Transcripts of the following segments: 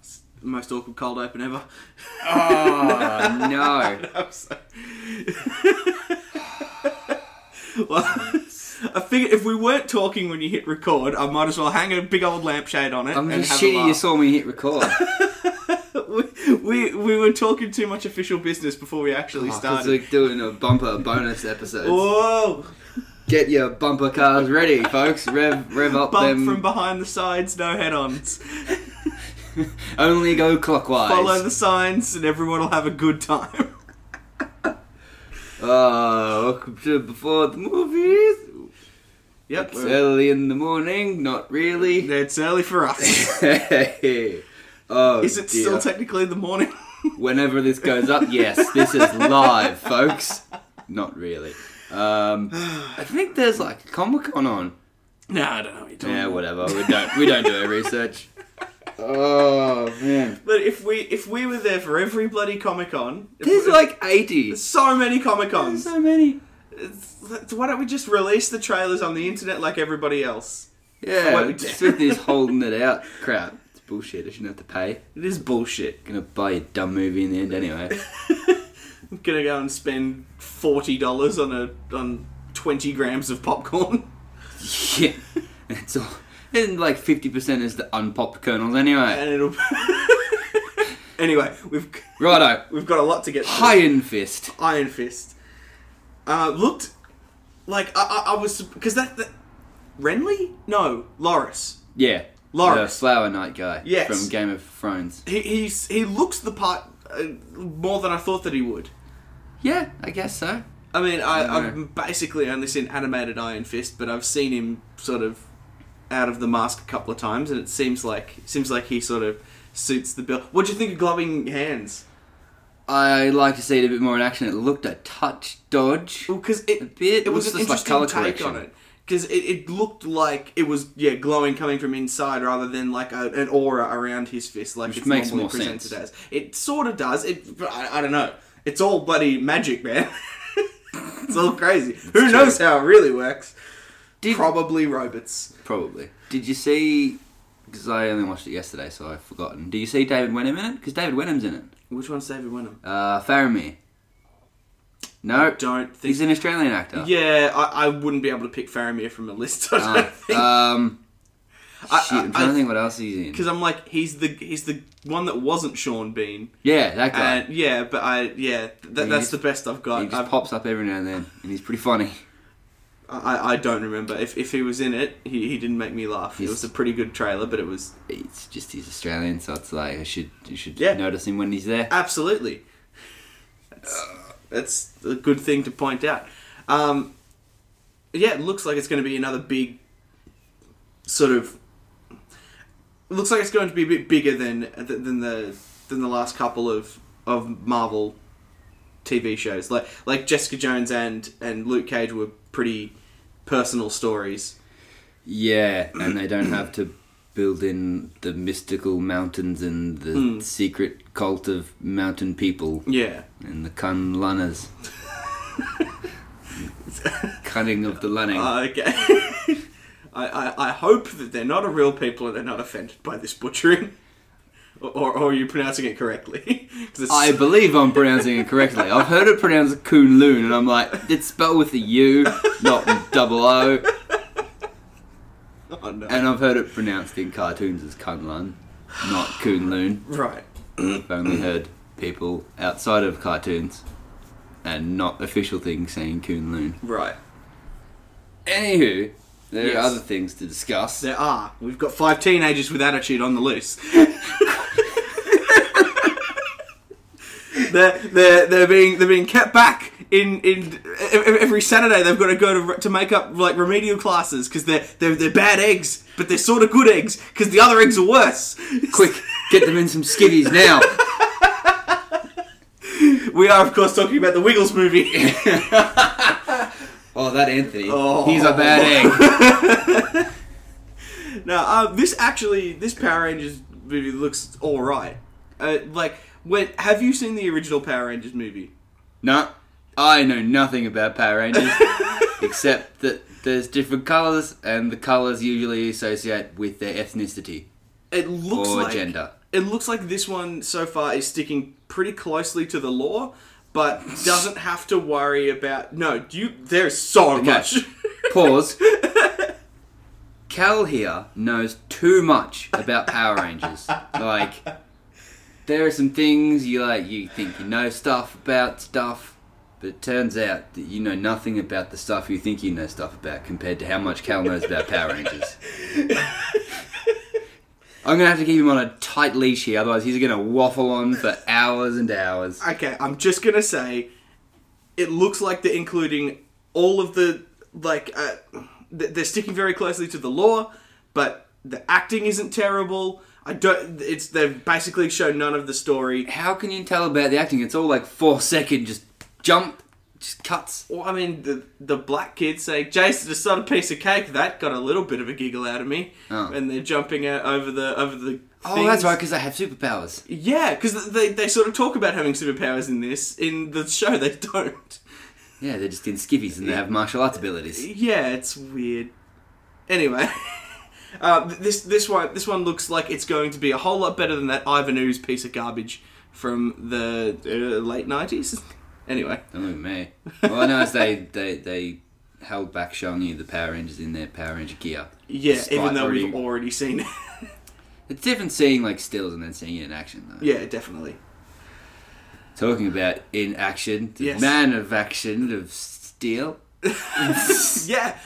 the most awkward cold open ever. Oh, no. I'm so- well, I figured if we weren't talking when you hit record, I might as well hang a big old lampshade on it. I'm and just have a shitty you laugh. saw me hit record. Oh, we, we we were talking too much official business before we actually Because started. Oh. we're doing a bumper bonus episode. Whoa! Get your bumper cars ready, folks. Rev rev up Bump them. from behind the sides, no head-ons. Only go clockwise. Follow the signs, and everyone will have a good time. Uh, welcome to Before the Movies. Yep, It's early in the morning, not really. it's early for us. Hey. oh, Is it dear. still technically the morning? Whenever this goes up, yes, this is live, folks. Not really. Um, I think there's like a Comic Con on. no, I don't know what you're talking Yeah, about. whatever. We don't we don't do our research. Oh man, But if we if we were there for every bloody Comic Con, there's like eighty. so many Comic There's Cons. so many. Why don't we just release the trailers on the internet like everybody else? Yeah, Wait. just with this holding it out crap. It's bullshit. I shouldn't have to pay. It is bullshit. Gonna buy a dumb movie in the end anyway. I'm gonna go and spend forty dollars on a on twenty grams of popcorn. yeah, it's all. And like fifty percent is the unpopped kernels anyway. and it'll. anyway, we've Righto, we've got a lot to get. through. Iron Fist. Iron Fist uh, looked like I, I, I was because that, that Renly no Loris Yeah, the Loris Flower Knight guy Yes. from Game of Thrones. he he's, he looks the part uh, more than I thought that he would. Yeah, I guess so. I mean, I, Yeah. I've basically only seen animated Iron Fist, but I've seen him sort of out of the mask a couple of times, and it seems like seems like he sort of suits the bill. What do you think of gloving hands? I like to see it a bit more in action. It looked a touch dodge. Because A it bit. it was Looks an just like interesting colour take correction. on it because it, it looked like it was yeah glowing coming from inside rather than like a, an aura around his fist like Which it's makes normally more presented sense. as. It sort of does. It but I, I don't know. It's all bloody magic, man. it's all crazy. Who true. knows how it really works? Did, Probably robots. Probably. Did you see? Because I only watched it yesterday, so I've forgotten. Do you see David Wenham in it? Because David Wenham's in it. Which one's David Wenham? Uh, Faramir. No, Don't think. he's an Australian actor. yeah, I, I wouldn't be able to pick Faramir from a list. I don't Uh, think um, I- shit, I'm I- trying I- to think what else he's in. because I'm like he's the he's the one that wasn't Sean Bean. Yeah, that guy. And yeah, but I yeah, th- that's just- the best I've he got. just I've, pops up every now and then, and he's pretty funny. I I don't remember if, if he was in it. He, he didn't make me laugh. It He's- was a pretty good trailer, but it was It's just he's Australian, so it's like I should you should Yeah. notice him when he's there. absolutely. That's, that's a good thing to point out. Um, yeah, it looks like it's going to be another big sort of. It looks like it's going to be a bit bigger than than the than the last couple of of Marvel TV shows. Like like Jessica Jones and and Luke Cage were pretty personal stories. Yeah, and they don't have to build in the mystical mountains and the Hmm. secret cult of mountain people Yeah. and the cun lunners. Cunning of the lunning. Uh, okay. I, I, I hope that they're not a real people and they're not offended by this butchering. Or, or, or are you pronouncing it correctly? 'Cause it's- I believe I'm pronouncing it correctly. I've heard it pronounced Kunlun, and I'm like, it's spelled with a U, not with double O. oh, no. And I've heard it pronounced in cartoons as Kunlun, not Kunlun. right. I've only heard people outside of cartoons and not official things saying Kunlun. Right. Anywho, there Yes. are other things to discuss. There are. We've got five teenagers with attitude on the loose. they're, they're, they're being they're being kept back in in e- e- every Saturday they've got to go to re- to make up like remedial classes because they're, they're they're bad eggs but they're sort of good eggs because the other eggs are worse. Quick, get them in some skivvies now. We are of course talking about the Wiggles movie. Oh, that Anthony. Oh. He's a bad egg. No, um, this actually, this Power Rangers movie looks all right. Uh, like, when have you seen the original Power Rangers movie? no, I know nothing about Power Rangers except that there's different colours, and the colours usually associate with their ethnicity It looks or like gender. it looks like this one so far is sticking pretty closely to the law, but doesn't have to worry about. No, do you? There's so much. Pause. Cal here knows too much about Power Rangers. Like, there are some things you like. You think you know stuff about stuff, but it turns out that you know nothing about the stuff you think you know stuff about compared to how much Cal knows about Power Rangers. I'm gonna have to keep him on a tight leash here, otherwise he's gonna waffle on for hours and hours. Okay, I'm just gonna say, it looks like they're including all of the like. Uh, th- they're sticking very closely to the law, but the acting isn't terrible. I don't. It's they've basically shown none of the story. How can you tell about the acting? It's all like four second, just jump, just cuts. Well, I mean, the the black kid saying Jason just not a piece of cake that got a little bit of a giggle out of me, Oh. and they're jumping out over the over the. Oh, things. that's right, because I have superpowers. Yeah, because they they sort of talk about having superpowers in this in the show. They don't. Yeah, they're just in skivvies and they have martial arts abilities. Yeah, it's weird. Anyway, uh, th- this this one this one looks like it's going to be a whole lot better than that Ivan Ooze piece of garbage from the uh, late nineties. Anyway, Don't look at me. All Oh, I know is they, they, they held back showing you the Power Rangers in their Power Ranger gear. yeah, Despite even though already- we've already seen it. It's different seeing like stills and then seeing it in action though. yeah, definitely. Talking about in action, the Yes. man of action of steel. Yeah.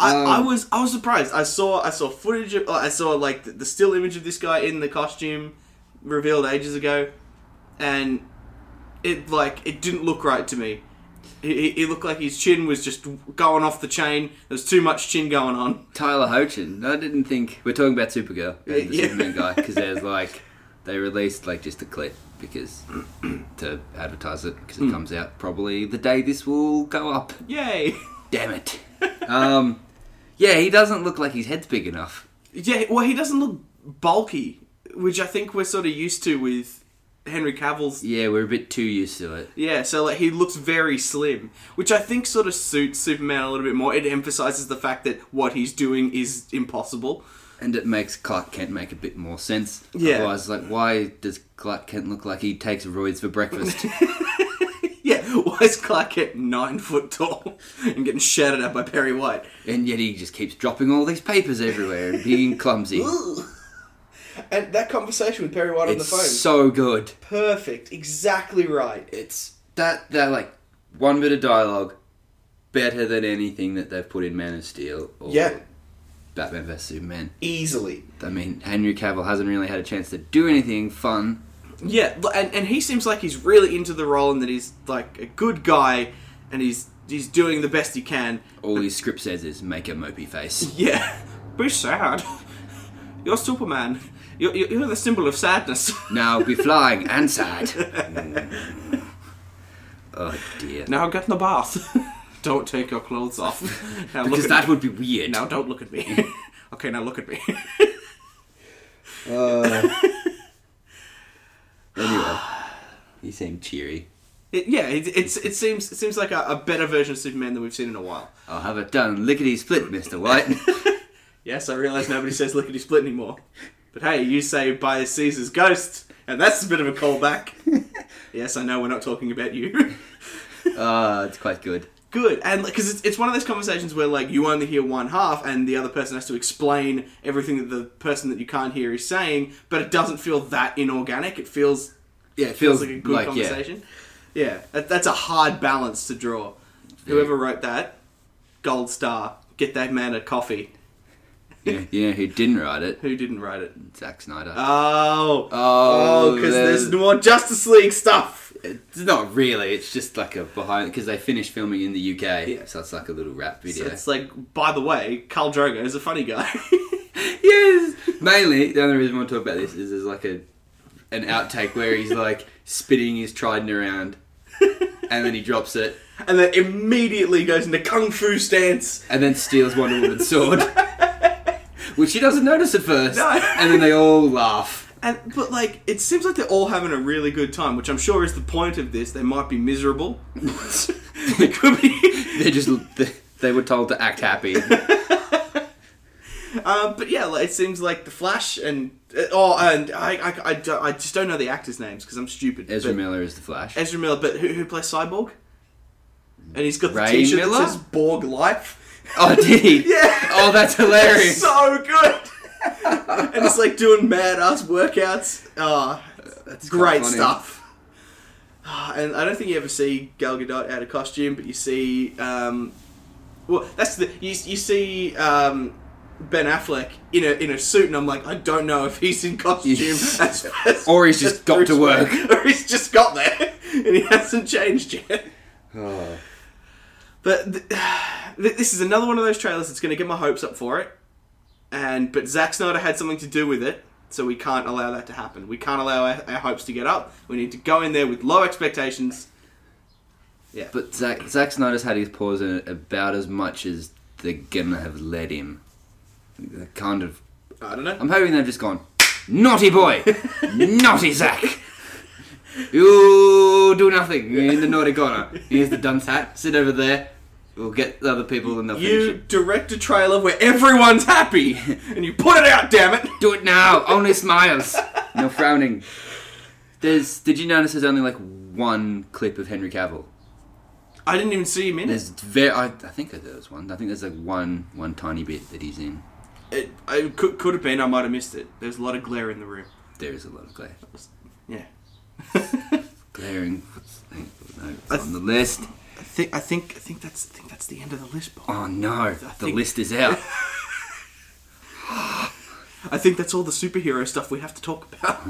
I, Um, I was I was surprised. I saw I saw footage of I saw like the, the still image of this guy in the costume revealed ages ago, and it like it didn't look right to me. He, he- he looked like his chin was just going off the chain. There's too much chin going on. Tyler Hoechlin. I didn't think we're talking about Supergirl and the Yeah. Superman guy because there's like they released like just a clip because to advertise it because it Hmm. comes out probably the day this will go up. Yay! Damn it. um, yeah, he doesn't look like his head's big enough. Yeah. Well, he doesn't look bulky, which I think we're sort of used to with Henry Cavill's Yeah, we're a bit too used to it. Yeah, so like he looks very slim, which I think sort of suits Superman a little bit more. It emphasizes the fact that what he's doing is impossible. And it makes Clark Kent make a bit more sense. Yeah. Otherwise, like, why does Clark Kent look like he takes roids for breakfast? Yeah, why is Clark Kent nine foot tall and getting shouted at by Perry White? and yet he just keeps dropping all these papers everywhere and being clumsy. And that conversation with Perry White on the phone, it's so good. perfect, exactly right. it's that that like one bit of dialogue better than anything that they've put in Man of Steel or Yeah. Batman vs Superman. Easily. I mean, Henry Cavill hasn't really had a chance to do anything fun. Yeah, l- and, and he seems like he's really into the role and that he's like a good guy and he's he's doing the best he can. All his script says is make a mopey face. Yeah, be sad. You're Superman. You're, you're you're the symbol of sadness. Now be flying and sad. oh dear. Now get in the bath. don't take your clothes off. Now look because at that me. would be weird. Now don't look at me. okay, now look at me. Anyway, you seem cheery. It- yeah, it, it's it seems it seems like a, a better version of Superman than we've seen in a while. I'll have it done lickety split, Mister White. Yes, I realize nobody says lickety split anymore. But hey, you say by Caesar's ghost, and that's a bit of a callback. yes, I know we're not talking about you. Ah, it's quite good. good and because it's, it's one of those conversations where like you only hear one half and the other person has to explain everything that the person that you can't hear is saying but it doesn't feel that inorganic it feels Yeah, it feels feels, like a good like yeah, conversation yeah, that, that's a hard balance to draw whoever wrote that gold star get that man a coffee Yeah, you know who didn't write it? who didn't write it Zack Snyder. oh oh, oh because there's more justice league stuff It's not really. It's just like a behind because they finished filming in the UK, Yeah. so it's like a little rap so video. it's like by the way carl drogo is a funny guy yes. Mainly, the only reason I want to talk about this is there's like a an outtake where he's like spitting his trident around, and then he drops it, and then immediately goes into kung fu stance and then steals Wonder Woman's sword, which he doesn't notice at first, No. and then they all laugh. And but like it seems like they're all having a really good time, which I'm sure is the point of this. They might be miserable. they could be. They just they were told to act happy. Um, but yeah, like, it seems like the Flash and uh, oh, and I I, I, don't- I just don't know the actors' names because I'm stupid. Ezra but, Miller is the Flash. Ezra Miller, but who, who plays Cyborg? And he's got the Ray T-shirt Miller? that says Borg Life. oh, did he? Yeah. Oh, that's hilarious. so good. and it's like doing mad ass workouts. Ah, great quite funny. stuff. Ah, And I don't think you ever see Gal Gadot out of costume, but you see, um, well, that's the you, you see um, Ben Affleck in a in a suit, and I'm like, I don't know if he's in costume, Yes. as- as- Or he's just as got to Bruce work. Wayne, or he's just got there, and he hasn't changed yet. Oh. But th- th- this is another one of those trailers that's going to get my hopes up for it. And but Zack Snyder had something to do with it, so we can't allow that to happen. We can't allow our, our hopes to get up. We need to go in there with low expectations. But Zack, Zack Snyder's had his paws in it about as much as they're gonna have let him. They're kind of. I don't know. I'm hoping they've just gone, naughty boy, naughty Zack. You do nothing You're in the naughty corner. Here's the dunce hat. Sit over there. We'll get the other people and they'll finish You it. direct a trailer where everyone's happy, and you put it out. Damn it! Do it now. Only smiles. No frowning. There's. Did you notice there's only like one clip of Henry Cavill? I didn't even see him in it. There's very. I, I think there was one. I think there's like one one tiny bit that he's in. It, I could, could have been. I might have missed it. There's a lot of glare in the room. There is a lot of glare. Yeah. Glaring. No, it's on the list. I think. I think. I think that's. I think that's the end of the list, Bob. Oh no, the think- list is out. I think that's all the superhero stuff we have to talk about.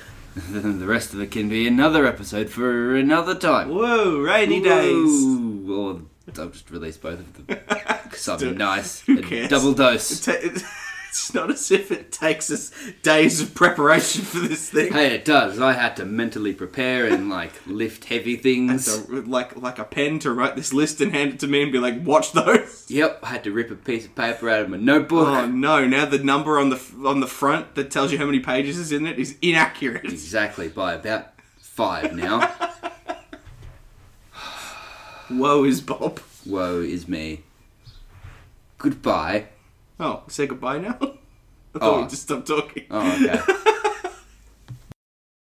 the rest of it can be another episode for another time. Whoa, rainy days. Ooh, Or I'll just release both of them. Because Do I'm it. nice. Who A cares? Double It dose. ta- it- It's not as if it takes us days of preparation for this thing. Hey, it does. I had to mentally prepare and like lift heavy things. So, like like a pen to write this list and hand it to me and be like, watch those. Yep, I had to rip a piece of paper out of my notebook. Oh no! Now the number on the f- on the front that tells you how many pages is in it is inaccurate. Exactly, by about five now. Woe is Bob. Woe is me. Goodbye. Oh, say goodbye now. I thought Oh. we just stopped talking. Oh, okay.